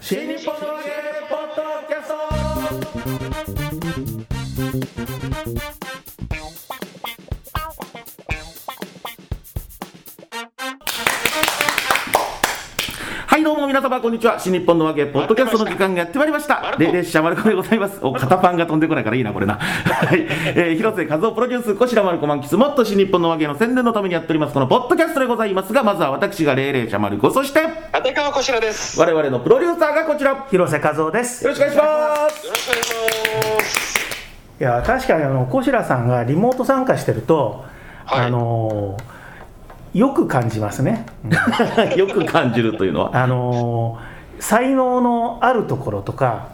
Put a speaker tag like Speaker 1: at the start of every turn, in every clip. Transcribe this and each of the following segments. Speaker 1: 新日本のロゲポッドキャストはいどうも皆様こんにちは新日本のわけポッドキャストの時間がやってまいりましたレ列車丸子でございますお肩パンが飛んでこないからいいなこれなはい、えー、広瀬和夫プロデュースこちら丸子満喫もっと新日本のわけの宣伝のためにやっておりますこのポッドキャストでございますがまずは私が霊霊者丸子そして
Speaker 2: 立川こしらです。よ
Speaker 1: 我々のプロデューサーがこちらよ
Speaker 3: 広瀬和夫です。
Speaker 1: ろしくお願いします
Speaker 2: ろしくお願いします。
Speaker 3: いや確かにあの小白さんがリモート参加してると、
Speaker 2: はい
Speaker 3: あのーよく感じますね。
Speaker 1: よく感じるというのは。
Speaker 3: あのー才能のあるところとか、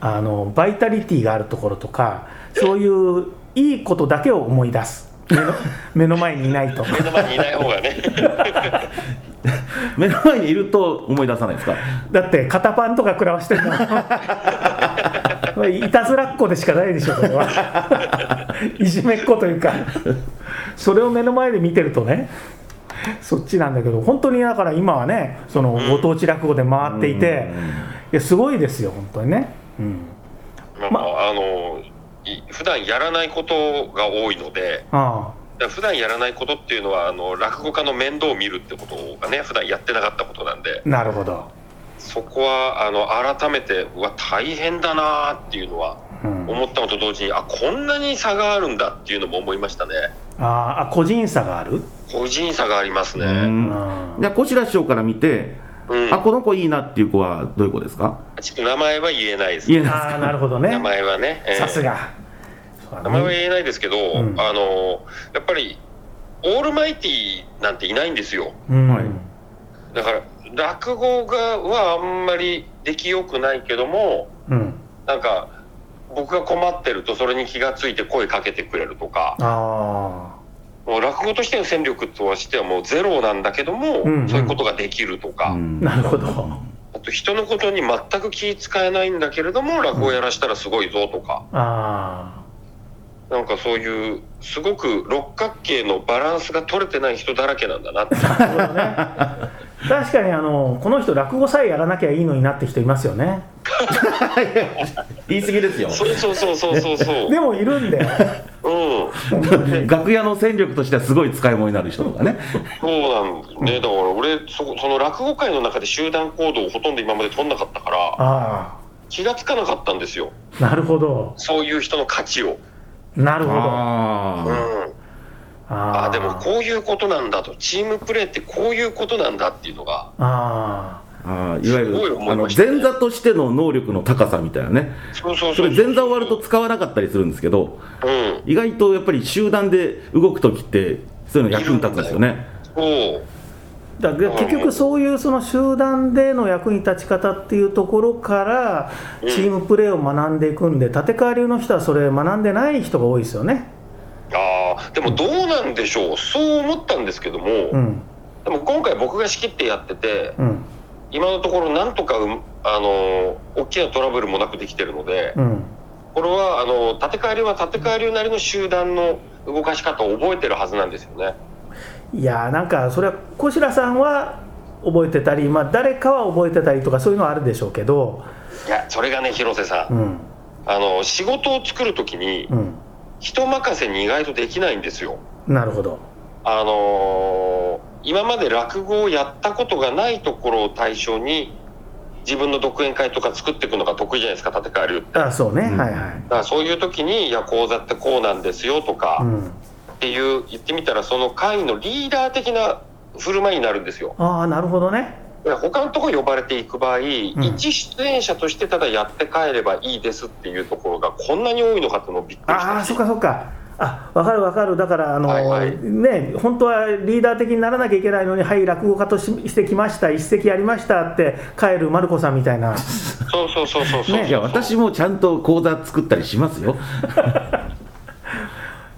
Speaker 3: あのバイタリティがあるところとか、そういういいことだけを思い出す。目の目の前にいないと。
Speaker 2: 目の前にいない方がね。
Speaker 1: 目の前にいると思い出さないですか。
Speaker 3: だって肩パンとか食らわして るの。いたずらっ子でしかないでしょこれ はいじめっ子というかそれを目の前で見てるとねそっちなんだけど本当にだから今はねそのご当地落語で回っていていやすごいですよ本当にね、うん、
Speaker 2: まあ、まあ、あの、い普段やらないことが多いので。
Speaker 3: あ
Speaker 2: だから普段やらないことっていうのは、あの落語家の面倒を見るってことがね、普段やってなかったことなんで
Speaker 3: あ。なるほど、
Speaker 2: そこは、あの、改めて、うわ、大変だなーっていうのは。
Speaker 3: うん、
Speaker 2: 思ったのと同時に、あ、こんなに差があるんだっていうのも思いましたね。
Speaker 3: あーあ個人差がある、
Speaker 2: 個人差があります
Speaker 1: う。
Speaker 2: ね。
Speaker 3: うんん
Speaker 1: じゃあ、こしら師匠から見て、
Speaker 2: うん
Speaker 1: あ、、この子いいなっていう子はどういう子ですか。
Speaker 2: ちょっと名前は言えないです。
Speaker 1: 言えないです
Speaker 3: ああなるほど
Speaker 2: 名
Speaker 3: ね
Speaker 2: 前はね。えー
Speaker 3: さすがそうだ
Speaker 2: 名
Speaker 3: ね
Speaker 2: 前は言えないですけど、
Speaker 3: うん
Speaker 2: あのやっぱりオールマイティーなんていないんですよ
Speaker 3: うん
Speaker 1: はい
Speaker 2: だから落語がはあんまり出来よくないけども
Speaker 3: うん、
Speaker 2: なんか僕が困ってるとそれに気がついて声かけてくれるとか
Speaker 3: ああ
Speaker 2: もう落語としての戦力としてはもうゼロなんだけども、
Speaker 3: うんうん
Speaker 2: そういうことができるとか、
Speaker 1: うん
Speaker 3: なるほど。
Speaker 2: あと人のことに全く気使えないんだけれども落語やらしたらすごいぞとか、
Speaker 3: あ
Speaker 2: なんかそういうすごく六角形のバランスが取れてない人だらけなんだな って。
Speaker 3: あ、なるほどね。確かにあのこの人落語さえやらなきゃいいのになって人いますよね。
Speaker 1: 言い過ぎですよ。
Speaker 2: そうそうそうそうそうそう。
Speaker 3: でもいるんで。
Speaker 2: うん。
Speaker 1: 楽屋の戦力としてはすごい使い物になる人とかね。
Speaker 2: そうなんね。だから俺そこその落語界の中で集団行動をほとんど今まで取んなかったから
Speaker 3: あ
Speaker 2: 気がつかなかったんですよ。
Speaker 3: あ、なるほど。
Speaker 2: そういう人の価値を。
Speaker 3: なるほど。あ
Speaker 2: う
Speaker 1: あ
Speaker 2: ん。
Speaker 1: あ。
Speaker 3: あ
Speaker 2: あでもこういうことなんだとチームプレーってこういうことなんだっていうのが
Speaker 3: あ
Speaker 1: ああいわゆ
Speaker 2: すごい
Speaker 1: る
Speaker 2: 思
Speaker 1: あ
Speaker 2: い
Speaker 1: の
Speaker 2: ましたね
Speaker 1: 前座としての能力の高さみたいなね、
Speaker 2: そうそう
Speaker 1: そ
Speaker 2: そう。
Speaker 1: れ前座終わると使わなかったりするんですけど、
Speaker 2: うん。
Speaker 1: 意外とやっぱり集団で動くときって、そういうの役に立つんですよね。
Speaker 2: そう。
Speaker 3: あ。だから結局そういうその集団での役に立ち方っていうところからチームプレーを学んでいくんで立川流の人はそれ学んでない人が多いですよね。
Speaker 2: ああでもどうなんでしょう。そう思ったんですけども、
Speaker 3: うん
Speaker 2: でも今回僕が仕切ってやってて
Speaker 3: うん
Speaker 2: 今のところなんとかうあの大きなトラブルもなくできてるので。
Speaker 3: うん。
Speaker 2: これはあの立川流は立川流なりの集団の動かし方を覚えてるはずなんですよね。
Speaker 3: いやーなんかそれは小白さんは覚えてたり、まあ、誰かは覚えてたりとかそういうのはあるでしょうけど、
Speaker 2: いやそれがね広瀬さん、
Speaker 3: うん
Speaker 2: あの仕事を作る時に
Speaker 3: うん、
Speaker 2: 人任せに意外とできないんですよ。
Speaker 3: なるほど、
Speaker 2: あのー今まで落語をやったことがないところを対象に自分の独演会とか作っていくのが得意じゃないですか立川流。
Speaker 3: ああそうね、
Speaker 1: うん
Speaker 3: はいはい、
Speaker 2: だからそういう時に「いや講座ってこうなんですよ」と
Speaker 3: う
Speaker 2: か
Speaker 3: ん、
Speaker 2: っていう言ってみたらその会のリーダー的な振る舞いになるんですよ。
Speaker 3: ああなるほどね
Speaker 2: 他のとこ呼ばれていく場合、一出演者としてただやって帰ればいいですっていうところがこんなに多いのかとのびっくりし
Speaker 3: あ
Speaker 2: た
Speaker 3: あ
Speaker 2: し
Speaker 3: そっかそっかあわかるわかるだからあの、
Speaker 2: はいはい
Speaker 3: ね本当はリーダー的にならなきゃいけないのにはい落語家とししてきました一席やりましたって帰るまる子さんみたいな
Speaker 2: そうそうそうそうそう、
Speaker 3: ね
Speaker 1: いや、私もちゃんと講座作ったりしますよ。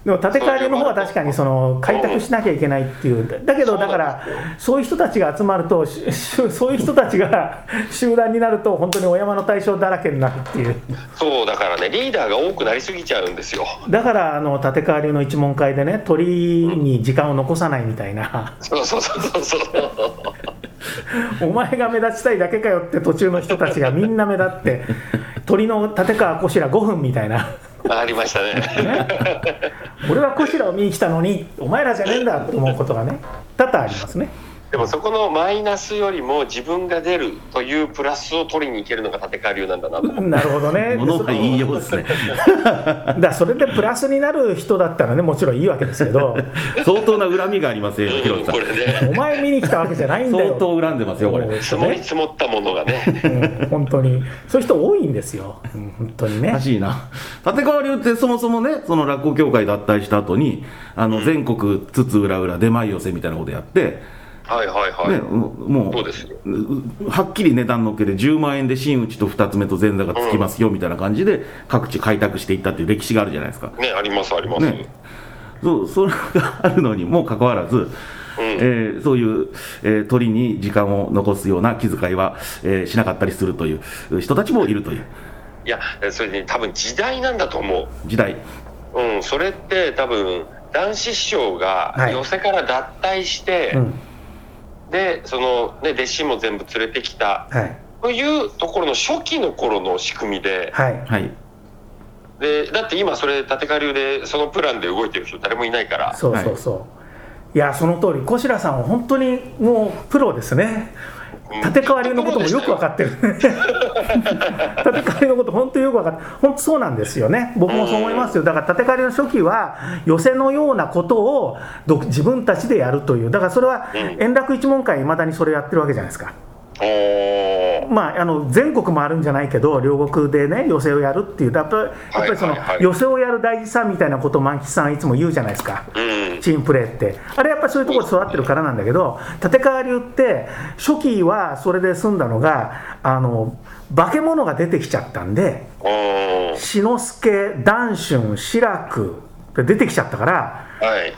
Speaker 3: でも立川流の方は確かにその開拓しなきゃいけないっていうだだけどだからそういう人たちが集まるとししそういう人たちが 集団になると本当にお山の対象だらけになるっていう
Speaker 2: そうだからねリーダーが多くなりすぎちゃうんですよ
Speaker 3: だからあの立川流の一問会でね鳥に時間を残さないみたいな
Speaker 2: そうそうそうそうそう
Speaker 3: お前が目立ちたいだけかよって途中の人たちがみんな目立って鳥の立川こしら5分みたいな
Speaker 2: ありましたね。
Speaker 3: 俺はこしらを見に来たのにお前らじゃねえんだと思うことがね多々ありますね
Speaker 2: でもそこのマイナスよりも自分が出るというプラスを取りに行けるのが立川流なんだなと思って。
Speaker 3: なるほどね
Speaker 1: 物が言いようですね。
Speaker 3: だからそれでプラスになる人だったらねもちろんいいわけですけど
Speaker 1: 相当な恨みがあり ますよ、
Speaker 2: う
Speaker 1: 広
Speaker 2: ん、
Speaker 1: 瀬
Speaker 2: こ
Speaker 1: さ
Speaker 2: れね、
Speaker 3: お前見に来たわけじゃない
Speaker 1: ん。
Speaker 3: んだよ
Speaker 1: 相当恨んでますよ、これ。
Speaker 3: もう
Speaker 2: 積もり積もったものがね、
Speaker 3: うん本当にそういう人多いんですよ、うん本当に
Speaker 1: お
Speaker 3: ね
Speaker 1: かしいな立川流ってそもそもねその落語協会脱退した後にあの全国津々浦々出前寄せみたいなことやって、
Speaker 2: はいはいはい、
Speaker 1: ね、も
Speaker 2: そうですよ。
Speaker 1: うはっきり値段のっけで10万円で真打ちと2つ目と前座がつきますよみたいな感じで各地開拓していったっていう歴史があるじゃないですか、
Speaker 2: ね、ありますあります。
Speaker 1: ね、そうそれがあるのにもかかわらず、えーそういう、えー鳥に時間を残すような気遣いは、えーしなかったりするという人たちもいるという
Speaker 2: いや、それに多分時代なんだと思う。
Speaker 1: 時代
Speaker 2: うん、それって多分男子師匠
Speaker 3: は
Speaker 2: が
Speaker 3: い
Speaker 2: 寄席から脱退して、
Speaker 3: うん
Speaker 2: でその、ね、弟子も全部連れてきた
Speaker 3: はい
Speaker 2: というところの初期の頃の仕組みで
Speaker 3: はい
Speaker 1: はい
Speaker 2: でだって今それ立川流でそのプランで動いてる人誰もいないから
Speaker 3: そうそうそう、い、やその通り小白さんは本当にもうプロですね
Speaker 2: うん
Speaker 3: 立川流のこともよく分か ってる立川流のこと本当によく分かって本当そうなんですよね僕もそう思いますよだから立川流の初期は寄せのようなことを独自分たちでやるというだからそれは
Speaker 2: うん
Speaker 3: 円楽一門会いまだにそれやってるわけじゃないですか
Speaker 2: おー
Speaker 3: まあ、あの全国もあるんじゃないけど、両国でね、寄席をやるっていう、だとやっぱりその、
Speaker 2: はいはいはい
Speaker 3: 寄席をやる大事さみたいなことを万吉さん、いつも言うじゃないですか、
Speaker 2: うん
Speaker 3: チームプレーって、あれやっぱりそういうところで育ってるからなんだけど、立川流って、初期はそれで済んだのが、あの化け物が出てきちゃったんで、
Speaker 2: おー
Speaker 3: 志の輔、談春、志らくって出てきちゃったから、
Speaker 2: はい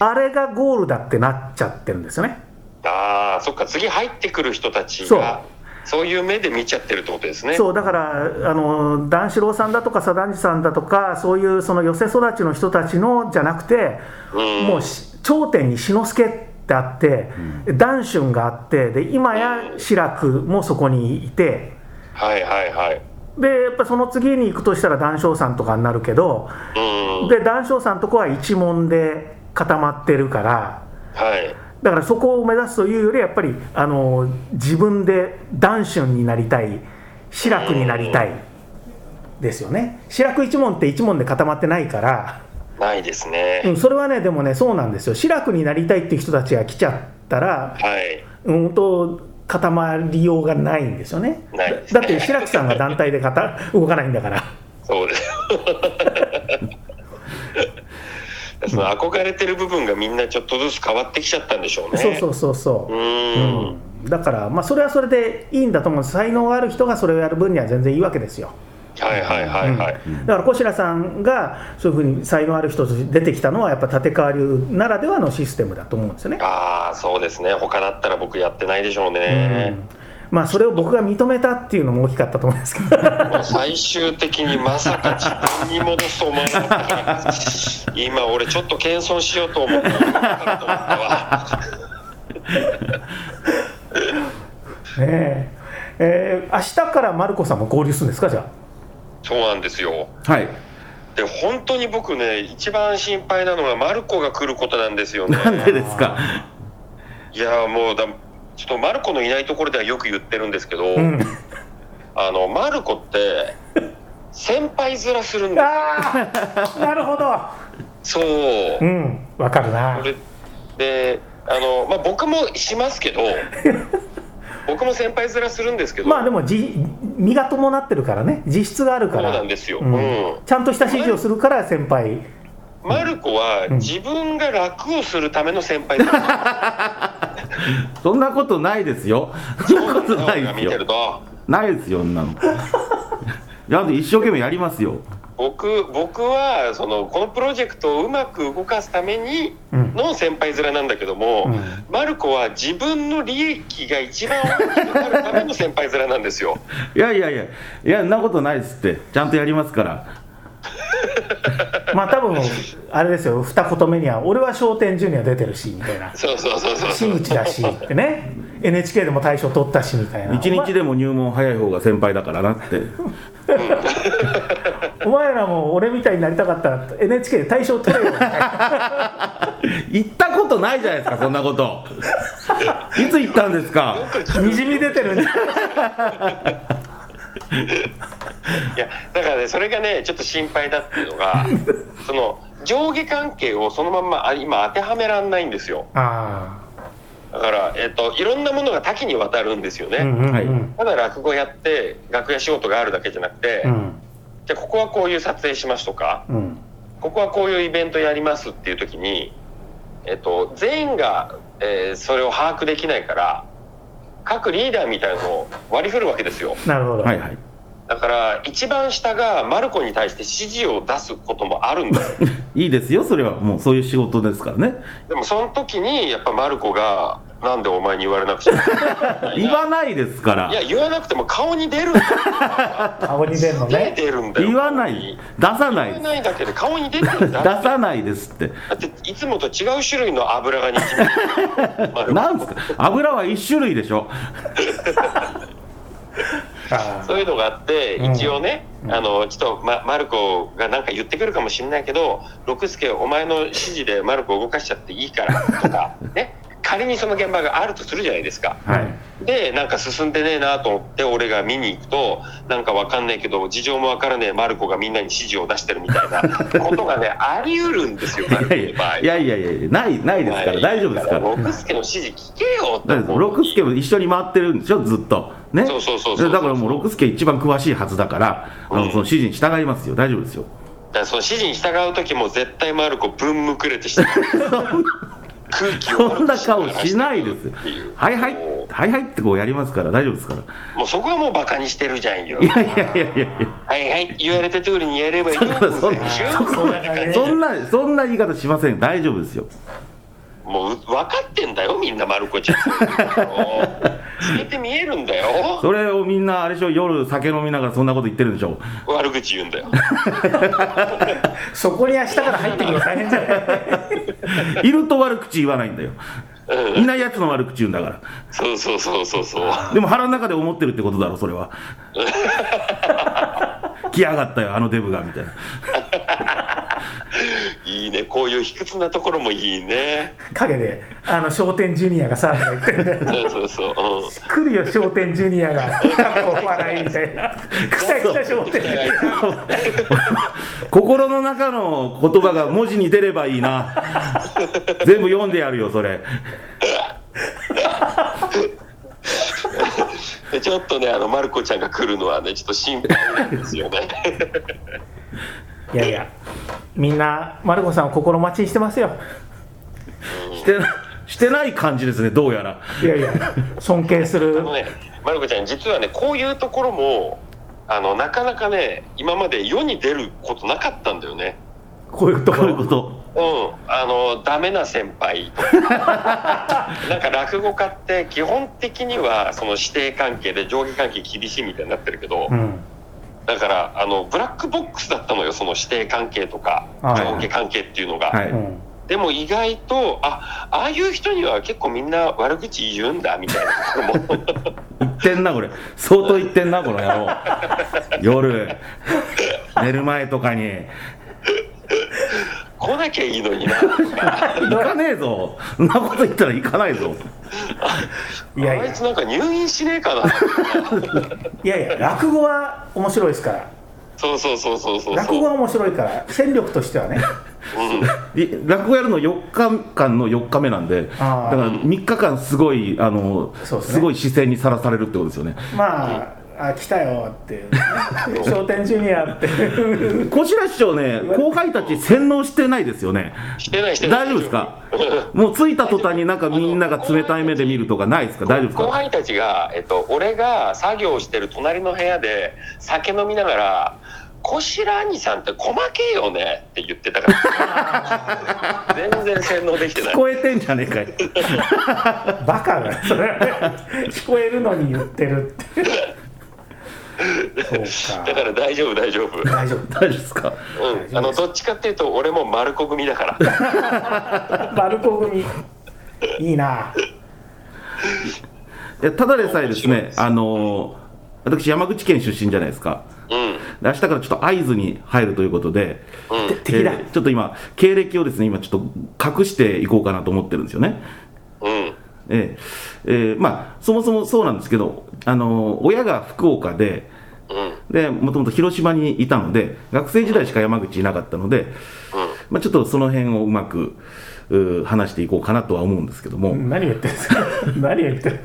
Speaker 3: あれがゴールだってなっちゃってるんですよね。
Speaker 2: ああそっか次入ってくる人たち
Speaker 3: そう
Speaker 2: がそういう目で見ちゃってるってことですね
Speaker 3: そうだからあの段四郎さんだとか左團次さんだとかそういうその寄せ育ちの人たちのじゃなくて、
Speaker 2: うん
Speaker 3: もうし頂点に志の輔ってあって、談春があってで今や志らくもそこにいて
Speaker 2: はいはいはい
Speaker 3: でやっぱその次に行くとしたら談笑さんとかになるけど、
Speaker 2: うん
Speaker 3: で談笑さんとこは一門で固まってるから。
Speaker 2: はい
Speaker 3: だからそこを目指すというよりやっぱりあの自分で談春になりたい志らくになりたいですよね志らく一門って一門で固まってないから、
Speaker 2: ないですね、
Speaker 3: うん、それはねでもねそうなんですよ志らくになりたいっていう人たちが来ちゃったら
Speaker 2: はい
Speaker 3: うんと固まりようがないんですよね
Speaker 2: ないです
Speaker 3: だ
Speaker 2: ね
Speaker 3: だって志らくさんが団体で固動かないんだから
Speaker 2: そうですその憧れてる部分がみんなちょっとずつ変わってきちゃったんでしょうね
Speaker 3: そうそうそうそう
Speaker 2: うーん
Speaker 3: だからまあそれはそれでいいんだと思うんです才能がある人がそれをやる分には全然いいわけですよ
Speaker 2: はいはいはいはい、
Speaker 3: だから小白さんがそういうふうに才能ある人として出てきたのは、やっぱ立川流ならではのシステムだと思うんですよね。
Speaker 2: ああそうですね他だったら僕やってないでしょうね、
Speaker 3: まあ、それを僕が認めたっていうのも大きかったと思うんですけど、
Speaker 2: もう最終的にまさか自分に戻すと思わなかったから今俺ちょっと謙遜しようと思ったのかと思ったわ
Speaker 3: ねええー明日からマルコさんも合流するんですか、じゃ
Speaker 2: そうなんですよ
Speaker 1: はい
Speaker 2: で本当に僕ね一番心配なのはマルコが来ることなんですよね
Speaker 1: なんでですか
Speaker 2: いやもうだちょっとマルコのいないところではよく言ってるんですけど、
Speaker 3: あ。うん、
Speaker 2: あのマルコって先輩面するんだ
Speaker 3: ああ、なるほど、
Speaker 2: そう
Speaker 3: う
Speaker 2: こ
Speaker 3: ん、わかるな、
Speaker 2: れであの、まあ、僕もします けど僕も先輩面するんですけど、
Speaker 3: まあでもじ、身が伴ってるからね、実質がある
Speaker 2: そ
Speaker 3: か
Speaker 2: う
Speaker 3: ら、
Speaker 2: なんですよ、
Speaker 3: う
Speaker 2: うんん
Speaker 3: ちゃんとした指示をするから、先輩、
Speaker 2: マルコは
Speaker 3: うん
Speaker 2: 自分が楽をするための先輩面す
Speaker 1: そんなことないですよそんなことない
Speaker 2: が
Speaker 1: です
Speaker 2: 見て
Speaker 1: よ
Speaker 2: ると
Speaker 1: ないですよ、そんなの。 だって一生懸命やりますよ。
Speaker 2: 僕僕はそのこのプロジェクトをうまく動かすために
Speaker 3: うん
Speaker 2: の先輩面なんだけども、
Speaker 3: うん
Speaker 2: マルコは自分の利益が一番大きくなるための先輩面なんですよ。
Speaker 1: いやいやいや、いや、そんなことないですって、ちゃんとやりますから。
Speaker 3: まあ多分あれですよ二言目には「俺は笑点ジュニア出てるし」みたいな
Speaker 2: そうそうそうそう
Speaker 3: 「真打ちだし」ってね NHK でも大賞取ったしみたいな
Speaker 1: 一日でも入門早い方が先輩だからな って
Speaker 3: お前らも俺みたいになりたかったら NHK で大賞取れよみたいな
Speaker 1: 行ったことないじゃないですかそんなこといつ行ったんです か
Speaker 3: にじみ出てるね
Speaker 2: いやだからねそれがねちょっと心配だっていうの がその上下関係をそのまんまあ今当てはめらんないんですよ
Speaker 3: あ
Speaker 2: だから、えっといろんなものが多岐にわたるんですよね、
Speaker 3: あうんうんうん、
Speaker 1: はい
Speaker 2: ただ落語やって楽屋仕事があるだけじゃなくて、
Speaker 3: うん
Speaker 2: じゃあここはこういう撮影しますとか
Speaker 3: うん
Speaker 2: ここはこういうイベントやりますっていう時に、えっと全員が、えーそれを把握できないから各リーダーみたいなのを割り振るわけですよ
Speaker 3: なるほど、
Speaker 1: はいはい
Speaker 2: だから一番下がマルコに対して指示を出すこともあるんだよ
Speaker 1: いいですよそれはもうそういう仕事ですからね
Speaker 2: でもその時にやっぱマルコが「なんでお前に言われなくちゃいけない
Speaker 1: 言わないですか
Speaker 2: いや
Speaker 1: ら
Speaker 2: 言わなくても顔に出るんだよ
Speaker 3: 顔に出るの
Speaker 2: 出
Speaker 3: ね
Speaker 2: てるんだよ
Speaker 1: 言わない出さな
Speaker 2: 言わ
Speaker 1: い
Speaker 2: ないだけで顔に出てるん
Speaker 1: 出
Speaker 2: だだ
Speaker 1: さないですって
Speaker 2: っていつもと違う種類の油がにじみ出てる マルコ
Speaker 1: なんですか油は一種類でしょ
Speaker 3: あ
Speaker 2: そういうのがあって、
Speaker 3: うん
Speaker 2: 一応ね、あの、ちょっと、ま、マルコがなんか言ってくるかもしれないけど、六助、お前の指示でマルコを動かしちゃっていいから、とか、ね。仮にその現場があるとするじゃないですか。
Speaker 3: あは
Speaker 1: はいい
Speaker 2: で、なんか進んでねえなと思って、俺が見に行くと、なんかわかんないけど、事情もわからねえマルコがみんなに指示を出してるみたいなことがね、あり得るんですよ、マルコの場合。
Speaker 1: いやいやいやいやないないですから大丈夫ですから
Speaker 2: 六助の指示聞けよって
Speaker 1: だって
Speaker 2: 思う
Speaker 1: 六助も一緒に回ってるんでしょずっとね
Speaker 2: そうそうそうそう
Speaker 1: だからもう六助一番詳しいはずだからあ
Speaker 2: うん
Speaker 1: のその指示に従いますよ大丈夫ですよ
Speaker 2: だからその指示に従う時も絶対マルコ分むくれ てしてくる空気を
Speaker 1: そんな顔しないですよ
Speaker 2: っていう
Speaker 1: はいはい
Speaker 2: も
Speaker 1: はいはいってこうやりますから大丈夫ですから
Speaker 2: うもうそこはもうバカにしてるじゃんよ
Speaker 1: いやいやいやいやいや
Speaker 2: はいはい言われた通りにやればいいよ
Speaker 1: だからそんな
Speaker 3: そんな感じ
Speaker 1: そんなそんな言い方しません大丈夫ですよ
Speaker 2: もう分かってんだよみんなマルコちゃんもう透けて見えるんだよ
Speaker 1: それをみんなあれでしょ夜酒飲みながらそんなこと言ってるんでしょ
Speaker 2: 悪口言うんだよ
Speaker 3: そこに明日から入ってくるの大変じゃない
Speaker 1: いると悪口言わないんだよ
Speaker 2: う
Speaker 1: いないやつの悪口言うんだか
Speaker 2: そうそうそうそうそう
Speaker 1: らでも腹の中で思ってるってことだろそれは 来やがったよあのデブがみたいない
Speaker 2: いねこういう卑屈なところもいいね
Speaker 3: 陰であの商店ジュニアがさとか言ってるんで
Speaker 2: そうそうそう、 うん
Speaker 3: 来るよ商店ジュニアがお笑いみたいな来た来た商店ジュニア
Speaker 1: 心の中の言葉が文字に出ればいいな全部読んでやるよそれ
Speaker 2: でちょっとねあのマルコちゃんが来るのはねちょっと心配なんですよ ね
Speaker 3: いやいやみんなマルコさんを心待ちにしてますよ
Speaker 1: してしてない感じですねどうやら
Speaker 3: いやいや尊敬す
Speaker 2: あ
Speaker 3: る
Speaker 2: のねマルコちゃん実はねこういうところもあのなかなかね今まで世に出ることなかったんだよね
Speaker 3: こういうとこ
Speaker 1: こういうこ
Speaker 3: ろ
Speaker 1: と
Speaker 2: うんあのダメな先 輩とかなんか落語家って基本的にはその師弟関係で上下関係厳しいみたいになってるけど、
Speaker 3: うん
Speaker 2: だからあのブラックボックスだったのよその師弟関係とか
Speaker 3: はい
Speaker 2: 上下関係っていうのが、
Speaker 1: は
Speaker 3: う
Speaker 1: い
Speaker 3: ん
Speaker 2: でも意外とあああいう人には結構みんな悪口言うんだみたいなとこ ろも
Speaker 1: 言ってんなこれ相当言ってんなこの野郎夜寝る前とかに
Speaker 2: 来なきゃいいのにな
Speaker 1: 行かねえぞそんなこと言ったら行かないぞ
Speaker 3: いやい
Speaker 2: あい
Speaker 3: や
Speaker 2: つなんか入院しねえかな
Speaker 3: いやいや落語は面白いですから
Speaker 2: そうそうそうそうそう
Speaker 3: 落
Speaker 2: そう
Speaker 3: 語は面白いから戦力として はね
Speaker 2: うん、
Speaker 1: い落語やるの4日間の4日目なんでだ
Speaker 3: あー
Speaker 1: から3日間すごいあの
Speaker 3: そうですね
Speaker 1: すごい視線にさらされるってことですよね
Speaker 3: まああ来たよってい うね商店ジュニアっていう
Speaker 1: 小白師匠ね後輩たち洗脳してないですよね
Speaker 2: してないしてない
Speaker 1: 大丈夫ですかもう着いた途端になんかみんなが冷たい目で見るとかないですか大丈夫です
Speaker 2: 後
Speaker 1: か
Speaker 2: 輩たちが、えっと、俺が作業してる隣の部屋で酒飲みながら「こしらにさんって細けえよね」って言ってたから 全然洗脳できてない
Speaker 1: 聞こえてんじゃねえかい
Speaker 3: バカだよそれはね聞こえるのに言ってるってそうか
Speaker 2: だから大丈夫大丈夫
Speaker 3: 大丈夫
Speaker 1: 大丈夫ですか
Speaker 2: うん、あのどっちかっていうと俺も丸子組だから
Speaker 3: バルコ組いいない
Speaker 1: やただでさえですね、あのー私、山口県出身じゃないですか。
Speaker 2: うん
Speaker 1: で明日からちょっと会津に入るということで、
Speaker 2: うん
Speaker 3: 敵だ
Speaker 1: えーちょっと今、経歴をですね、今ちょっと隠していこうかなと思ってるんですよね。
Speaker 2: うん
Speaker 1: ええええまあ、そもそもそうなんですけど、あの親が福岡で、
Speaker 2: うん
Speaker 1: でもともと広島にいたので、学生時代しか山口いなかったので、まあ、ちょっとその辺をうまくうー話していこうかなとは思うんですけども、
Speaker 3: 何を言ってるんですか何を言ってる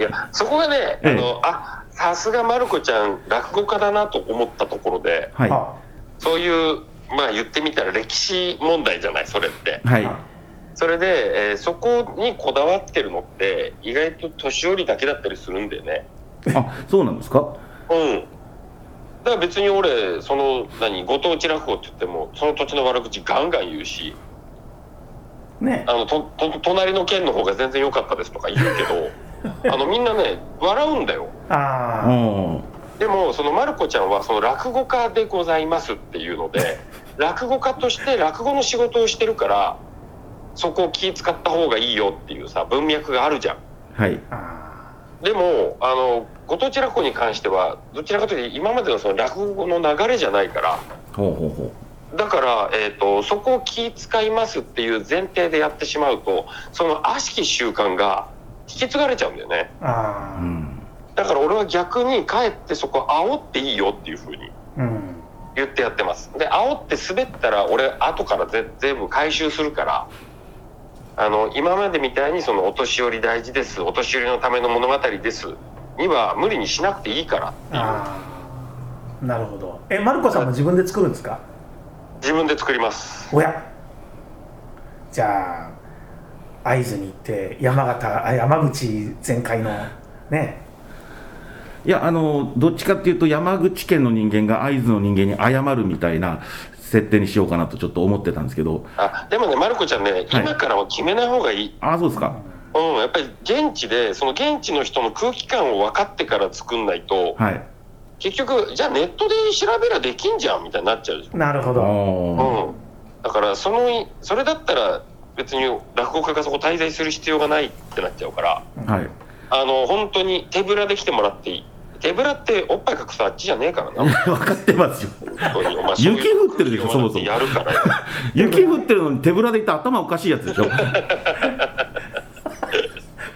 Speaker 2: いやそこがね、
Speaker 1: ええ
Speaker 2: あのあさすがまる子ちゃん落語家だなと思ったところで
Speaker 1: はい、は
Speaker 3: あ
Speaker 2: そういうまあ言ってみたら歴史問題じゃないそれって
Speaker 1: い、
Speaker 2: それで、えーそこにこだわってるのって意外と年寄りだけだったりするんだよね
Speaker 1: あそうなんですか、
Speaker 2: うんだから別に俺その何ご当地落語って言ってもその土地の悪口ガンガン言うし
Speaker 3: ね
Speaker 2: あのとと隣の県の方が全然良かったですとか言うけどあのみんなね笑うんだよ
Speaker 1: う
Speaker 3: あ
Speaker 1: ん、
Speaker 2: でもそのまる子ちゃんはその落語家でございますっていうので落語家として落語の仕事をしてるからそこを気使った方がいいよっていうさ文脈があるじゃん
Speaker 1: はい、
Speaker 3: ーあ
Speaker 2: でもあのご当地落語に関してはどちらかというと今までのその落語の流れじゃないから
Speaker 1: ほうほうほ
Speaker 2: だから、えー、とそこを気使いますっていう前提でやってしまうとその悪しき習慣が引き継がれちゃうんだよね
Speaker 3: ーあ
Speaker 1: う、うん、
Speaker 2: だから俺は逆にかえってそこ煽っていいよっていうふうに
Speaker 3: ーうん
Speaker 2: 言ってやってますで煽って滑ったら俺後からぜ全部回収するからあの今までみたいにそのお年寄り大事ですお年寄りのための物語ですには無理にしなくていいからっていう
Speaker 3: ああなるほどえマルコさんも自分で作るんですか
Speaker 2: 自分で作ります
Speaker 3: おやじゃあ会津に行って山形あ山口全開のね
Speaker 1: いやあの、どっちかっていうと、山口県の人間が会津の人間に謝るみたいな設定にしようかなとちょっと思ってたんですけど、
Speaker 2: あでもねまる子ちゃんね
Speaker 1: はい
Speaker 2: 今からは決めない方がいい、
Speaker 1: あそうですか、
Speaker 2: うんやっぱり現地でその現地の人の空気感を分かってから作んないと
Speaker 1: はい、
Speaker 2: 結局じゃあネットで調べりゃできんじゃんみたいになっちゃうじゃん
Speaker 3: なるほ
Speaker 1: あ
Speaker 3: ど
Speaker 1: ー
Speaker 2: うん、だからそのそれだったら別に落語家がそこ滞在する必要がないってなっちゃうから
Speaker 1: はい、
Speaker 2: あの本当に手ぶらで来てもらっていい手ぶらっておっぱい隠すあっちじゃねえか らな
Speaker 1: 分かってますよ。
Speaker 2: 本当にお前
Speaker 1: 雪降ってるでしょそもそも
Speaker 2: やるからよ
Speaker 1: 雪降ってるのに手ぶらで行った頭おかしいやつでしょ。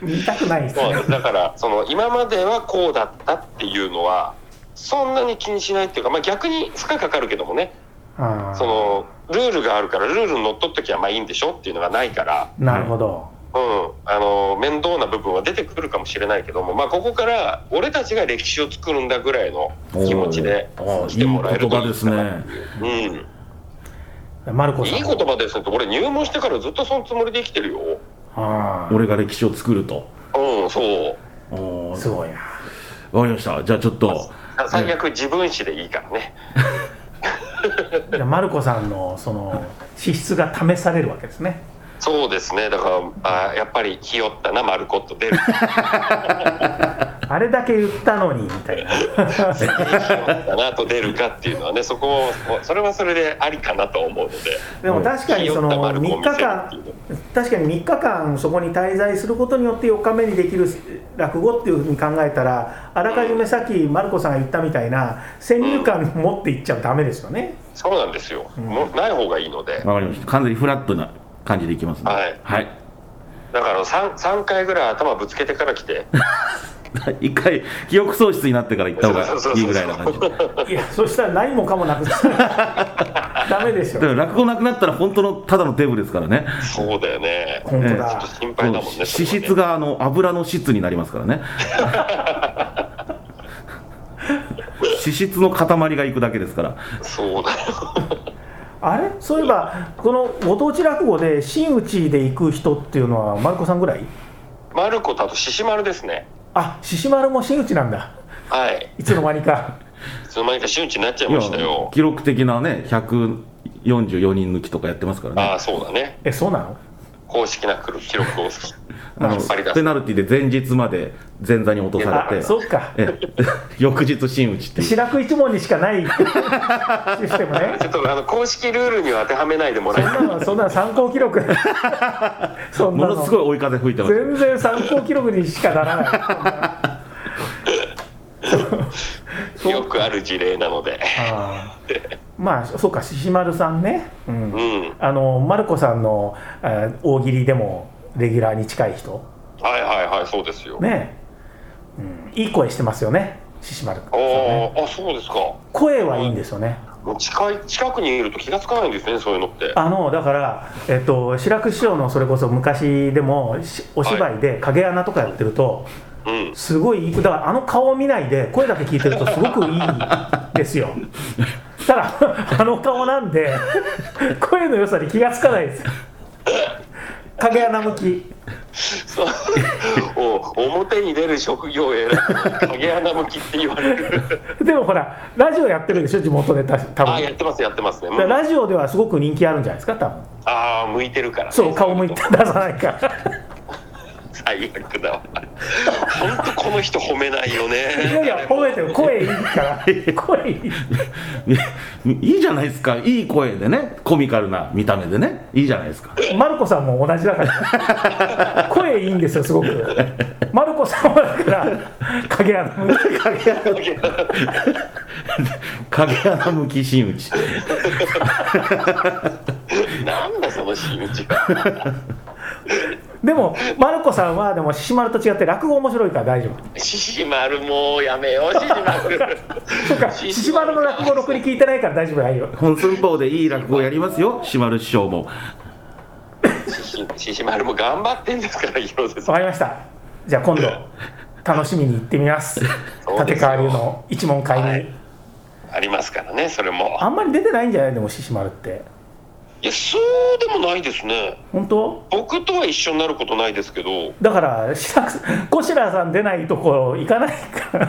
Speaker 3: 見たくないです
Speaker 2: そう
Speaker 3: ね
Speaker 2: なんですだからその今まではこうだったっていうのはそんなに気にしないっていうか、まあ、逆に負荷かかるけどもね
Speaker 3: あー
Speaker 2: そのルールがあるからルールにのっとっときゃまあいいんでしょっていうのがないから
Speaker 3: なるほど、
Speaker 2: うん、あの面倒な部分は出てくるかもしれないけども、まあ、ここから俺たちが歴史を作るんだぐらいの 気持ちで
Speaker 1: おー
Speaker 2: してもらえ
Speaker 1: いい
Speaker 2: る
Speaker 1: 言
Speaker 2: と
Speaker 1: 葉です
Speaker 2: かな
Speaker 1: ね。
Speaker 2: うん、
Speaker 3: マルコさん
Speaker 2: いい言葉ですねって俺入門してからずっとそのつもりで生きてるよ
Speaker 3: あ
Speaker 1: 俺が歴史を作ると。
Speaker 2: うんそう
Speaker 1: おー
Speaker 3: あすごいな
Speaker 1: わかりました。じゃあちょっと、
Speaker 2: さ最悪自分史でいいからね
Speaker 3: じゃあマルコさんのその資質が試されるわけですね
Speaker 2: そうですねだからあやっぱりひよったな丸コット出るひ
Speaker 3: あれだけ言ったのにみたいな
Speaker 2: よったなと出るかっていうのはねそこをそれはそれでありかなと思うので
Speaker 3: でも確かにその
Speaker 2: ひよった丸
Speaker 3: 3
Speaker 2: 子
Speaker 3: 日
Speaker 2: を見せるっ
Speaker 3: 間
Speaker 2: ていうの
Speaker 3: 確かに3日間そこに滞在することによって4日目にできる落語っていうふうに考えたらあらかじめさっきマルコさんが言ったみたいな先入観持っていっちゃダメですよね、
Speaker 2: そうなんですよ、もうない方がいいので
Speaker 1: わかりました。完全にフラットな感じでいきますね。
Speaker 2: はい
Speaker 1: はい。
Speaker 2: だから 3, 3回ぐらい頭ぶつけてから来て
Speaker 1: 一回、記憶喪失になってから行った方がいいぐらいな感じ。
Speaker 2: そ
Speaker 1: だ
Speaker 2: う
Speaker 1: か
Speaker 3: いやそしたら何もかもなくしたら ダメでしょ
Speaker 1: ら落語なくなったら本当のただのデブですからね。
Speaker 2: そうだよね
Speaker 3: 本当
Speaker 2: ちょ
Speaker 3: だ
Speaker 2: っと心配だもんね
Speaker 1: 脂
Speaker 2: そこね
Speaker 1: 質があの油の質になりますから ね脂質の塊がいくだけですから
Speaker 2: そうだよ
Speaker 3: あれそういえばこのご当地落語で真打ちで行く人っていうのはマルコさんぐらい
Speaker 2: マルコとあと獅子丸ですね
Speaker 3: あ獅子丸も真打ちなんだ
Speaker 2: はい
Speaker 3: いつの間 にか
Speaker 2: いつの間にか瞬時になっちゃいましたよ
Speaker 1: 記録的なね144人抜きとかやってますから
Speaker 2: あ
Speaker 1: ね
Speaker 2: あそうだね
Speaker 3: えそうなの
Speaker 2: 公式な記録を引
Speaker 1: あの
Speaker 2: っ張り出
Speaker 1: ペ
Speaker 2: す。
Speaker 1: ナルティで前日まで前座に落とさ
Speaker 3: あ
Speaker 1: れて、
Speaker 3: そうか
Speaker 1: ええ翌日、真打ちっていう、
Speaker 3: 白く一問にしかな いシステムね
Speaker 2: ちょっとあの公式ルールには当てはめないでもらえ
Speaker 3: そんなのはそんなの参考記 録そん
Speaker 1: も
Speaker 3: な
Speaker 1: の
Speaker 3: の
Speaker 1: すごい追い風吹いてました、
Speaker 3: 全然参考記録にしかならない
Speaker 2: るよくある事例なので。
Speaker 3: あーまあそうか獅子丸さんね、うん
Speaker 2: うん。
Speaker 3: あのマルコさんの、えー大喜利でもレギュラーに近い人
Speaker 2: はいはいはい、そうですよ。
Speaker 3: ね、うん、いい声してますよね獅子丸君、
Speaker 2: ああ、
Speaker 3: ね、
Speaker 2: あ、そうですか。
Speaker 3: 声はいいんですよね
Speaker 2: もう近い、近くにいると気がつかないんですね、そういうのって。
Speaker 3: あのだから、えっと、白く師匠のそれこそ昔でもしお芝居で影穴とかやってると、
Speaker 2: うん。
Speaker 3: すごいいいだからあの顔を見ないで声だけ聞いてるとすごくいいですよただあの顔なんで声の良さに気がつかないです影穴向き
Speaker 2: そうお表に出る職業を選ぶ影穴向きって言われる。
Speaker 3: でもほらラジオやってるでしょ地元でた多
Speaker 2: ああ、やっ
Speaker 3: 分
Speaker 2: てます、やってますね。う
Speaker 3: だ
Speaker 2: ん
Speaker 3: からラジオではすごく人気あるんじゃないですか多分
Speaker 2: ああ、向いてるから、ね。
Speaker 3: そう顔向いて出さないから
Speaker 2: 最悪だわ。本当この人褒めないよね。
Speaker 3: いやいや褒めてる声いいから声いい
Speaker 1: いいじゃないですか、いい声でね、コミカルな見た目でね、いいじゃないですか。
Speaker 3: マルコさんも同じだから声いいんですよすごくマルコさんはだから影穴向き
Speaker 1: 影穴向き影穴向き真打ち
Speaker 2: なんだその真打ちは。
Speaker 3: でも、マルコさんは、でも、獅子丸と違って、落語面白いから大丈夫。
Speaker 2: 獅子丸もうやめよう、獅子丸。
Speaker 3: そっか、獅子丸の落語、ろくに聞いてないから大丈夫だよ。
Speaker 1: 本寸法でいい落語やりますよ島る師匠も
Speaker 2: 獅子獅子丸も頑張ってんですから、広瀬さん
Speaker 3: わかりました。じゃあ、今度、楽しみに行ってみます。
Speaker 2: そうで
Speaker 3: 立
Speaker 2: すよ
Speaker 3: 川流の一問会に。
Speaker 2: はいありますからね、それも。
Speaker 3: あんまり出てないんじゃないでも、獅子丸って。
Speaker 2: いや、そうでもないですね。
Speaker 3: 本当
Speaker 2: 僕とは一緒になることないですけど、
Speaker 3: だから、志らくさんゴシラさん出ないとこ行かないから。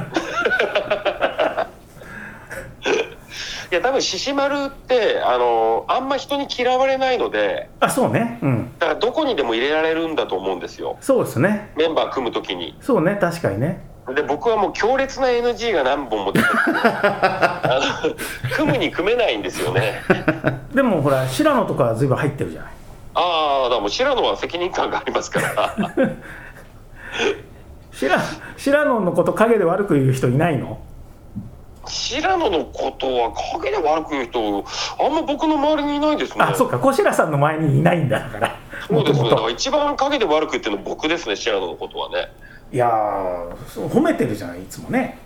Speaker 2: いや、多分獅子丸って、あの、あんま人に嫌われないので、
Speaker 3: あ、そうね。うん。
Speaker 2: だからどこにでも入れられるんだと思うんですよ。
Speaker 3: そうですね。
Speaker 2: メンバー組むときに。
Speaker 3: そうね、確かにね。
Speaker 2: で、僕はもう強烈な NG が何本も出てきて、あの組むに組めないんですよね。
Speaker 3: でも、ほら、白野とかずいぶん入ってるじゃない。
Speaker 2: ああ、だからもう白野は責任感がありますから。
Speaker 3: 白白野のこと陰で悪く言う人いないの
Speaker 2: 白野のことは陰で悪く言う人、あんま僕の周りにいないですね。
Speaker 3: あ、そうか、小白さんの前にいないんだだから。
Speaker 2: そうですね。だか
Speaker 3: 元々
Speaker 2: ら一番陰で悪く言ってるの僕ですね、白野のことはね。
Speaker 3: いやー、そう褒めてるじゃない、いつもね。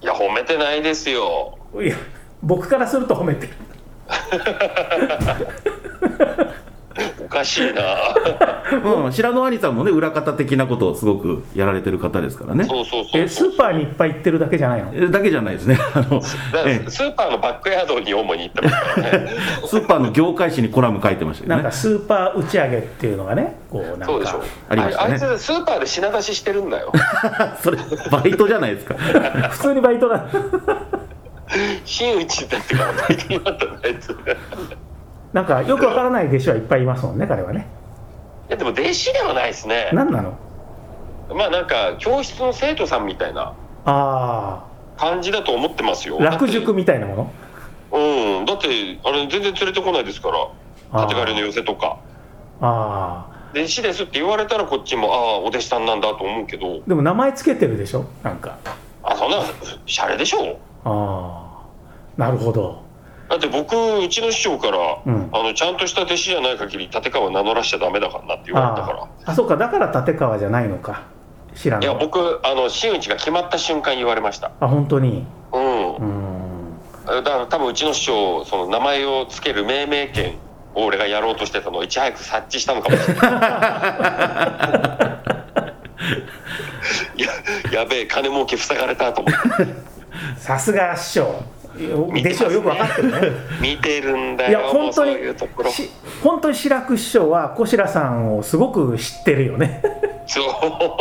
Speaker 2: いや、褒めてないですよ。
Speaker 3: いや、僕からすると褒めてる。
Speaker 2: おかし いな。
Speaker 1: うん、白野兄さんもね裏方的なことをすごくやられてる方ですからね
Speaker 2: そうそうそ
Speaker 3: え、
Speaker 2: う
Speaker 3: ス
Speaker 2: そう。
Speaker 3: ーパーにいっぱい行ってるだけじゃないの。
Speaker 1: だけじゃないですね あの
Speaker 2: だか
Speaker 1: え
Speaker 2: らスーパーのバックヤードに主に行ってます からね。
Speaker 1: えスーパーの業界誌にコラム書いてました
Speaker 3: なん
Speaker 1: よ
Speaker 3: か
Speaker 1: ね
Speaker 3: スーパー打ち上げっていうのがね、こうなんか。
Speaker 2: そうでしょ。
Speaker 1: ありましたね
Speaker 2: あいつスーパーで品出ししてるんだよ。
Speaker 1: それバイトじゃないですか
Speaker 3: 普通にバイトだ。
Speaker 2: 真打ちだってからバイトになったんだあいつ。い
Speaker 3: なんかよくわからない弟子はいっぱいいますもんね、彼はね。
Speaker 2: やでも弟子ではないですね。
Speaker 3: なんなの。
Speaker 2: まあなんか教室の生徒さんみたいな
Speaker 3: あ
Speaker 2: 感じだと思ってますよ。
Speaker 3: あ、楽塾みたいなもの。
Speaker 2: うん。だってあれ全然連れてこないですから。
Speaker 3: あー
Speaker 2: 立ち狩りの寄せとか。
Speaker 3: あ
Speaker 2: 弟子ですって言われたらこっちもああお弟子さんなんだと思うけど
Speaker 3: あ、でも名前つけてるでしょ、なんか。
Speaker 2: あそんなシャレでしょ
Speaker 3: ああ、なるほど。
Speaker 2: だって僕うちの師匠から、
Speaker 3: うん
Speaker 2: あのちゃんとした弟子じゃない限り立川名乗らしちゃダメだからなって言われたから
Speaker 3: ああそうかだから立川じゃないのか知ら
Speaker 2: いや
Speaker 3: ない
Speaker 2: 僕あの真打ちが決まった瞬間に言われました
Speaker 3: あ本当に
Speaker 2: うん
Speaker 3: うーん
Speaker 2: だから多分うちの師匠その名前をつける命名権を俺がやろうとしてたのをいち早く察知したのかもしれない ややべえ金儲け塞がれたと思って
Speaker 3: さすが師匠弟子をよく分かってるね
Speaker 2: 見てるんだ
Speaker 3: いや
Speaker 2: よもう
Speaker 3: 本当
Speaker 2: そう
Speaker 3: に
Speaker 2: いうところ
Speaker 3: し本当に志らく師匠は小白さんをすごく知ってるよね
Speaker 2: そう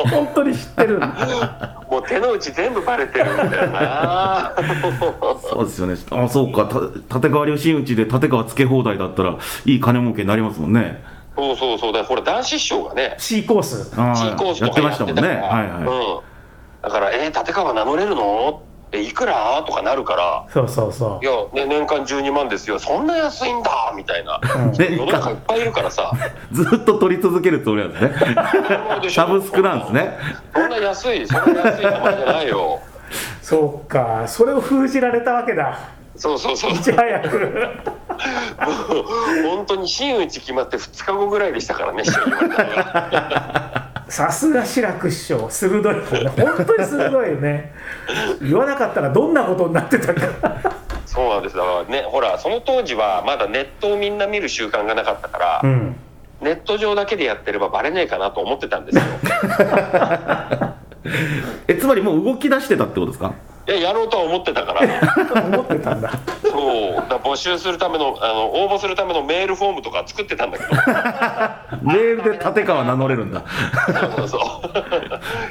Speaker 3: 本当に知ってる
Speaker 2: もう手の内全部バレてるんだよな。
Speaker 1: そうですよねあそうかた立川流真打ちで立川つけ放題だったらいい金儲けになりますもんね
Speaker 2: そうそうそうだからほら男子師匠がね
Speaker 3: C コース
Speaker 1: あ
Speaker 2: 地位
Speaker 1: ー
Speaker 2: 講師
Speaker 1: や
Speaker 2: と
Speaker 1: って
Speaker 2: か
Speaker 1: ま
Speaker 2: や
Speaker 1: し
Speaker 2: った
Speaker 1: も
Speaker 2: てた
Speaker 1: ん
Speaker 2: か
Speaker 1: ね。は
Speaker 2: ら、
Speaker 1: いは
Speaker 2: うん、だから「えー、立川名乗れるの?」って「いくら?」とかなるから
Speaker 3: そうそ
Speaker 2: 「
Speaker 3: うそ
Speaker 2: いや、ね、年間12万ですよそんな安いんだ」みたいな
Speaker 3: う、うん
Speaker 1: い。で
Speaker 2: 世の中いっぱいいるか らさ
Speaker 1: ずっと取り続けるつもりなんですね。 サブスクなんですね。
Speaker 2: そんな安いそんな安い名前じゃないよ
Speaker 3: そうかそれを封じられたわけだ
Speaker 2: そうそうそう
Speaker 3: いち早く
Speaker 2: もう本当に真打ち決まって2日後ぐらいでしたからね師匠に言われたのが
Speaker 3: さすが志らく師匠鋭いよね本当に鋭いよね言わなかったらどんなことになってたか
Speaker 2: そうなんですだからねほらその当時はまだネットをみんな見る習慣がなかったから、
Speaker 3: うん
Speaker 2: ネット上だけでやってればバレねえかなと思ってたんですよ
Speaker 1: え、つまりもう動き出してたってことですか
Speaker 2: いややろうとは思ってたから
Speaker 3: 思ってたんだ
Speaker 2: そうだから募集するためのあの応募するためのメールフォームとか作ってたんだけど
Speaker 1: メールで立川名乗れるんだ。
Speaker 2: そうそうそ う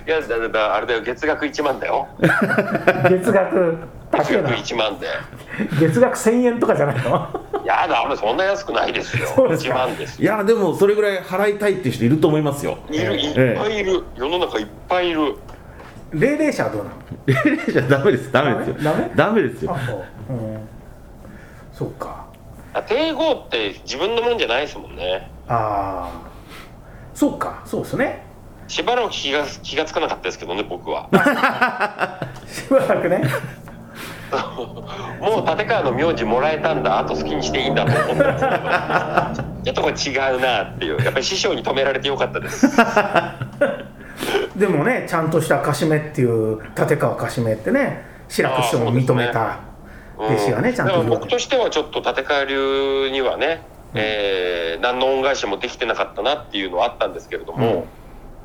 Speaker 2: いやだだだあれだよ月額1万だよ
Speaker 3: 月額
Speaker 2: 月
Speaker 3: 高い
Speaker 2: 額
Speaker 3: な
Speaker 2: 1万で
Speaker 3: 月額1000円とかじゃないの
Speaker 2: いやだ俺そんな安くないですよ
Speaker 3: そうです
Speaker 2: 1
Speaker 3: か
Speaker 2: 万で す
Speaker 1: いや、でもそれぐらい払いたいって人いると思いますよ。
Speaker 2: いるい
Speaker 1: え
Speaker 2: っぱいいる世の中いっぱいいる
Speaker 3: 霊霊者はどうなの
Speaker 1: じゃダメです、ダメですよ
Speaker 3: ダメ。
Speaker 1: ダメですよ
Speaker 3: あ。そう、うん、そうか
Speaker 2: あ帝豪って自分のもんじゃないですもんね
Speaker 3: ああそうかそうですね
Speaker 2: しばらく気が気がつかなかったですけどね僕 は
Speaker 3: しばらくね
Speaker 2: もう立川の名字もらえたんだあと好きにしていいんだと思ったんで すけどちょっとこれ違うなっていうやっぱり師匠に止められてよかったです
Speaker 3: でもねちゃんとしたかしめっていう立川かしめってね志らく師匠も認めた弟子がねちゃん
Speaker 2: だ
Speaker 3: と
Speaker 2: から
Speaker 3: いるわ
Speaker 2: 僕
Speaker 3: け
Speaker 2: としてはちょっと立川流にはね、えー何の恩返しもできてなかったなっていうのはあったんですけれども、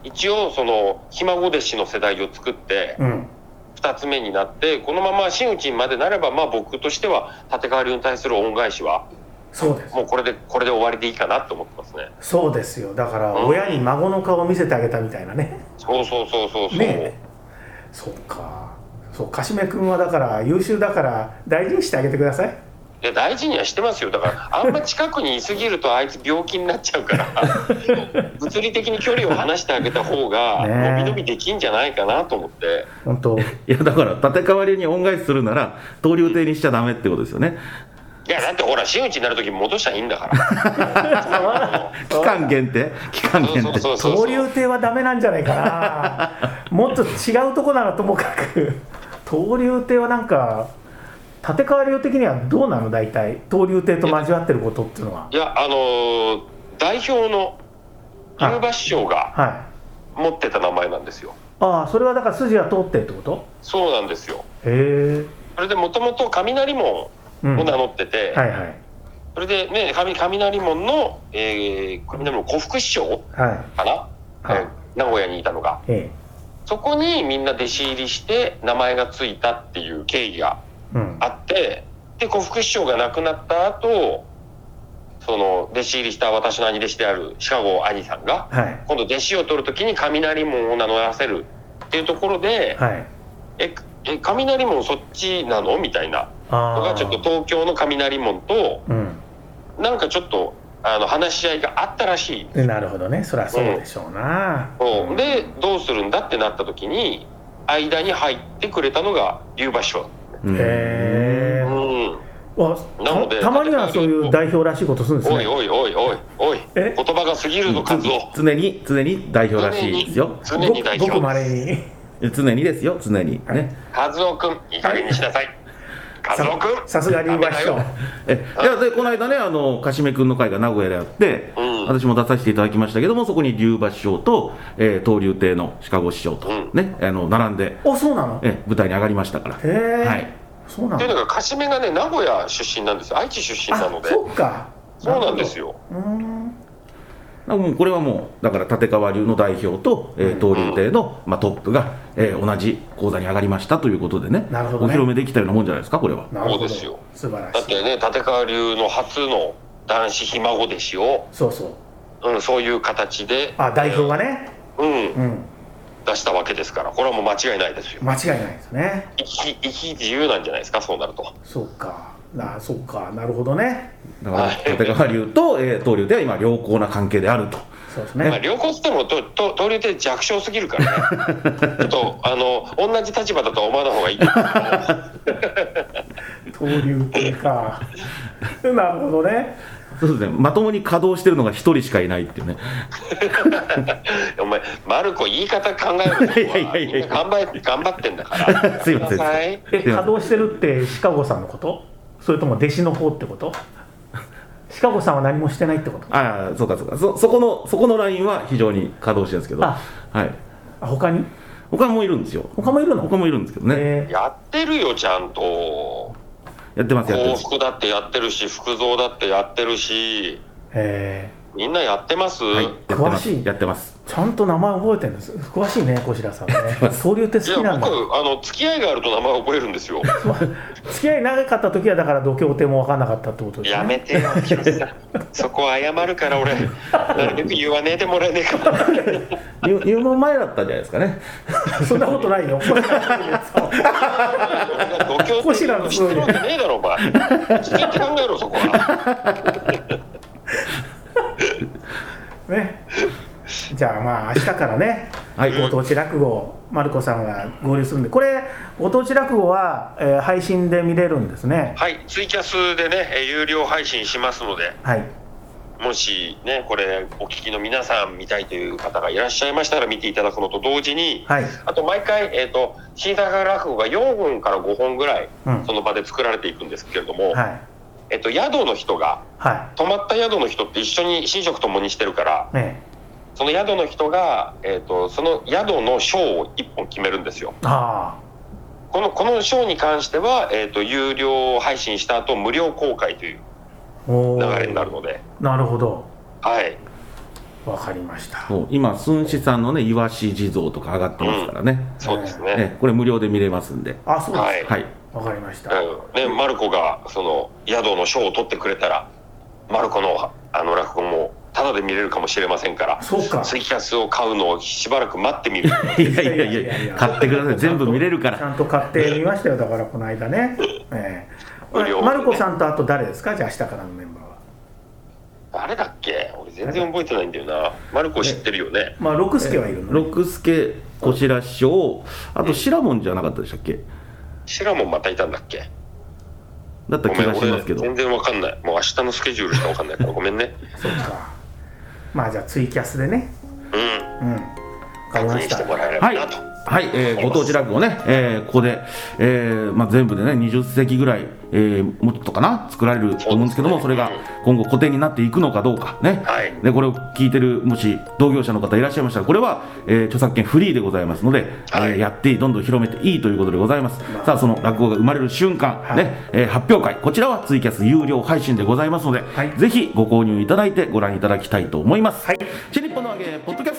Speaker 2: 一応そのひ孫弟子の世代を作って
Speaker 3: うん
Speaker 2: 2つ目になってこのまま真打ちにまでなればまあ僕としては立川流に対する恩返しは
Speaker 3: そうです
Speaker 2: もうこれでこれで終わりでいいかなと思ってますね
Speaker 3: そうですよだから
Speaker 2: うん
Speaker 3: 親に孫の顔を見せてあげたみたいなね
Speaker 2: そうそうそうそうそう、
Speaker 3: ねえそうかそうかしめ君はだから優秀だから大事にしてあげてください
Speaker 2: いや大事にはしてますよだからあんま近くにいすぎるとあいつ病気になっちゃうから 物理的に距離を離してあげた方が
Speaker 3: ねえ
Speaker 2: 伸び伸びできんじゃないかなと思って
Speaker 3: 本当
Speaker 1: いや、だから、立川流に恩返しするなら、登竜亭にしちゃダメってことですよね。
Speaker 2: いやだってほら真打ちになる時に戻したらいいんだから
Speaker 1: 期間限定期間限
Speaker 2: そう
Speaker 1: 定。
Speaker 2: そうそうそう
Speaker 3: 登竜亭はダメなんじゃないかなもっと違うとこならともかく登竜亭はなんか立川流的にはどうなの大体登竜亭と交わってることっていうのはい
Speaker 2: やあのー代表の
Speaker 3: はい
Speaker 2: 龍馬師匠が
Speaker 3: はい
Speaker 2: 持ってた名前なんですよ
Speaker 3: ああそれはだから筋は通ってるってこと
Speaker 2: そうなんですよ
Speaker 3: へえ
Speaker 2: それでもともと雷門を
Speaker 3: うん
Speaker 2: 名
Speaker 3: はい
Speaker 2: 乗ってて、
Speaker 3: はい
Speaker 2: それでね雷雷門の、えー、雷門古福師匠
Speaker 3: はい
Speaker 2: かな、
Speaker 3: は
Speaker 2: え
Speaker 3: い
Speaker 2: ー名古屋にいたのが
Speaker 3: え
Speaker 2: そこにみんな弟子入りして名前がついたっていう経緯が
Speaker 3: えうん
Speaker 2: あってで呉服師匠が亡くなった後その弟子入りした私の兄弟子であるシカゴ兄さんが
Speaker 3: はい
Speaker 2: 今度弟子を取る時に雷門を名乗らせるっていうところで
Speaker 3: はい
Speaker 2: 「ええ雷門そっちなの?」みたいなの
Speaker 3: あ
Speaker 2: がちょっと東京の雷門と
Speaker 3: うん
Speaker 2: なんかちょっとあの話し合いがあったらしい。
Speaker 3: でなるほどねそりゃそうでしょうな、
Speaker 2: そうでどうするんだってなった時に間に入ってくれたのが龍馬師匠
Speaker 1: うん
Speaker 3: へえ
Speaker 2: うん
Speaker 3: あ
Speaker 2: なので
Speaker 3: たたまにはそういう代表らしいことするんです
Speaker 2: おい
Speaker 3: ね
Speaker 2: おいおいおいおい
Speaker 3: え
Speaker 2: 言葉が過ぎるぞカズオ
Speaker 1: 常に、常に代表らしいですよ。
Speaker 2: 常に代
Speaker 3: ごくま
Speaker 2: 表
Speaker 3: れに
Speaker 1: 常にですよ、常に。ね。
Speaker 2: カズオくんいい加減にしなさいカズオくん
Speaker 3: さすがリーバー師匠
Speaker 2: ダメ
Speaker 1: えいやでこの間ねあのかしめ君の会が名古屋であって、
Speaker 2: うん
Speaker 1: 私も出させていただきましたけどもそこに龍馬師匠と、えー、東龍亭のシカゴ師匠と、
Speaker 2: うん
Speaker 1: ねあの並んで、
Speaker 3: おそうなのへ
Speaker 1: え舞台に上がりましたから、
Speaker 3: え、
Speaker 1: はい、
Speaker 3: そうな
Speaker 2: っていう
Speaker 3: の
Speaker 2: のがカシメがね名古屋出身なんですよ愛知出身なの
Speaker 3: あ
Speaker 2: で
Speaker 3: そうか
Speaker 2: そうなんですよ
Speaker 3: なるほどうーん
Speaker 1: だからもうこれはもうだから立川流の代表と、えー、東龍亭の、まあ、トップが、えー同じ講座に上がりましたということでね
Speaker 3: なるほどね
Speaker 1: お披露目できたようなもんじゃないですかこれは
Speaker 3: なるほど
Speaker 2: そうですよ
Speaker 3: 素晴ら
Speaker 2: だ
Speaker 3: し
Speaker 2: っ
Speaker 3: い
Speaker 2: てね立川流の初の男子ひ孫弟子を、
Speaker 3: そうそう
Speaker 2: うん、そういう形で
Speaker 3: あ代表がね
Speaker 2: うん
Speaker 3: うん
Speaker 2: 出したわけですからこれはもう間違いないですよ
Speaker 3: 間違いないですね
Speaker 2: 生き生き自由なんじゃないですかそうなると
Speaker 3: そうかなあそうかなるほどね
Speaker 1: だから立川流と、えー東流では今良好な関係であると
Speaker 3: そうです
Speaker 2: まあ、
Speaker 3: ね
Speaker 2: 両方つってもとと東流って弱小すぎるから ねちょっとあの同じ立場だとは思わない方がいい
Speaker 3: 登竜系か なるほどね
Speaker 1: そうですねまともに稼働してるのが一人しかいないっていうね
Speaker 2: お前、マルコ、言い方考えるの
Speaker 1: いやいやいやいや
Speaker 2: みんな頑張れ頑張ってんだか ら。
Speaker 1: すいません
Speaker 2: ごめなさい
Speaker 3: え稼働してるってシカゴさんのことそれとも弟子の方ってことシカゴさんは何もしてないってこと
Speaker 1: ああそうかそうかそそこのそこのラインは非常に稼働してるんですけど
Speaker 3: あ
Speaker 1: はい
Speaker 3: あ他に
Speaker 1: 他もいるんですよ
Speaker 3: 他もいるの
Speaker 1: 他もいるんですけどね、
Speaker 3: えー
Speaker 2: やってるよ、ちゃんと。
Speaker 1: やってますやってま
Speaker 2: 幸
Speaker 1: す
Speaker 2: 福だってやってるし、福蔵だってやってるし、
Speaker 3: え
Speaker 2: みんなやってます、
Speaker 1: はい
Speaker 2: い、
Speaker 1: やってま
Speaker 3: 詳し
Speaker 1: す
Speaker 3: い
Speaker 1: やってます
Speaker 3: ーちゃんと名前覚えてるんです詳しいね小白さん はね総流って好きな
Speaker 2: や、
Speaker 3: んだ
Speaker 2: 僕、あの、付き合いがあると名前覚えるんですよ。
Speaker 3: 付き合い長かった時はだから度胸手も分かんなかったってことですね
Speaker 2: やめてよ、ヒロシさん。そこ謝るから、俺、なるべく言わねえでもらえねえかな。
Speaker 1: 入入門前だったんじゃないですかね
Speaker 3: そんなことないよ小白さんのやつは
Speaker 2: 俺が度胸
Speaker 3: こしらの
Speaker 2: 知ってるわけねえだろ、お前。聞いて考えろ、 そこは。
Speaker 3: ねじゃあまあ明日からね、
Speaker 1: はい
Speaker 3: ご当地落語まる子さんが合流するんでこれご当地落語は、えー配信で見れるんですね
Speaker 2: はい、ツイキャスでね、え有料配信しますので。
Speaker 3: はい
Speaker 2: もしね、これ、お聞きの皆さん見たいという方がいらっしゃいましたら見ていただくのと同時に、
Speaker 3: はい
Speaker 2: あと毎回、えっ、と、新作落語が4本から5本ぐらい
Speaker 3: うん、
Speaker 2: その場で作られていくんですけれども、
Speaker 3: はい
Speaker 2: えっと、宿の人が、
Speaker 3: は
Speaker 2: 泊まった宿の人って一緒に寝食ともにしてるから、
Speaker 3: いね
Speaker 2: その宿の人が、えっと、その宿の賞を1本決めるんですよ。
Speaker 3: あ
Speaker 2: この、この賞に関しては、えっと、有料配信した後、無料公開という
Speaker 3: あお
Speaker 2: 流
Speaker 3: ー
Speaker 2: れになるので、
Speaker 3: なるほど
Speaker 2: はい。
Speaker 3: わかりました
Speaker 1: そう今寸志さんのねイワシ地蔵とか上がってますからね、
Speaker 2: そうですね。
Speaker 1: えこれ無料で見れますんで
Speaker 3: あそうです
Speaker 2: はい
Speaker 1: はい
Speaker 3: わかりました、
Speaker 2: うんね、マルコがその宿の賞を取ってくれたら、マルコのあの落語もタダで見れるかもしれませんから、
Speaker 3: そうか
Speaker 2: ツイキャスを買うのをしばらく待っ てみる。
Speaker 1: いやいやいやいや買ってください全部見れるか
Speaker 3: ち
Speaker 1: ら
Speaker 3: ゃんと買ってみましたよだからこの間ね、ええ
Speaker 2: 無料でね
Speaker 3: まる子さんとあと誰ですかじゃあ明日からのメンバーは
Speaker 2: 誰だっけ俺全然覚えてないんだよな。マルコ知ってるよね。
Speaker 3: まあ六助はいるのね、
Speaker 1: 六助こしら師匠あとシラモンじゃなかったでしたっけ
Speaker 2: シラモンまたいたんだっけ
Speaker 1: だった
Speaker 2: ご
Speaker 1: 気
Speaker 2: めん、
Speaker 1: がしま
Speaker 2: 俺
Speaker 1: すけど
Speaker 2: 全然わかんない。もう明日のスケジュールしかわかんないからごめんね。
Speaker 3: そうかまあじゃあツイキャスでね
Speaker 2: うん。
Speaker 3: うんわかり
Speaker 2: 確
Speaker 3: ま
Speaker 2: 認
Speaker 3: し
Speaker 2: したてもらえれ
Speaker 1: は
Speaker 2: ば
Speaker 1: い
Speaker 2: なと。
Speaker 1: はい、えーご当地落語ね、えーここで、えーまあ、全部でね、20席ぐらい、えーもうちょっとかな、作られると思うんですけども、そ,、
Speaker 2: そうですね
Speaker 1: れが今後、古典になっていくのかどうかね、
Speaker 2: はい
Speaker 1: でこれを聞いてる、もし同業者の方いらっしゃいましたら、これは、えー著作権フリーでございますので、
Speaker 2: はい
Speaker 1: えーやって、どんどん広めていいということでございます。さあ、その落語が生まれる瞬間、ねえー発表会、こちらはツイキャス有料配信でございますので、
Speaker 3: はい
Speaker 1: ぜひご購入いただいて、ご覧いただきたいと思います。はい、新日本の揚げポッドキャスト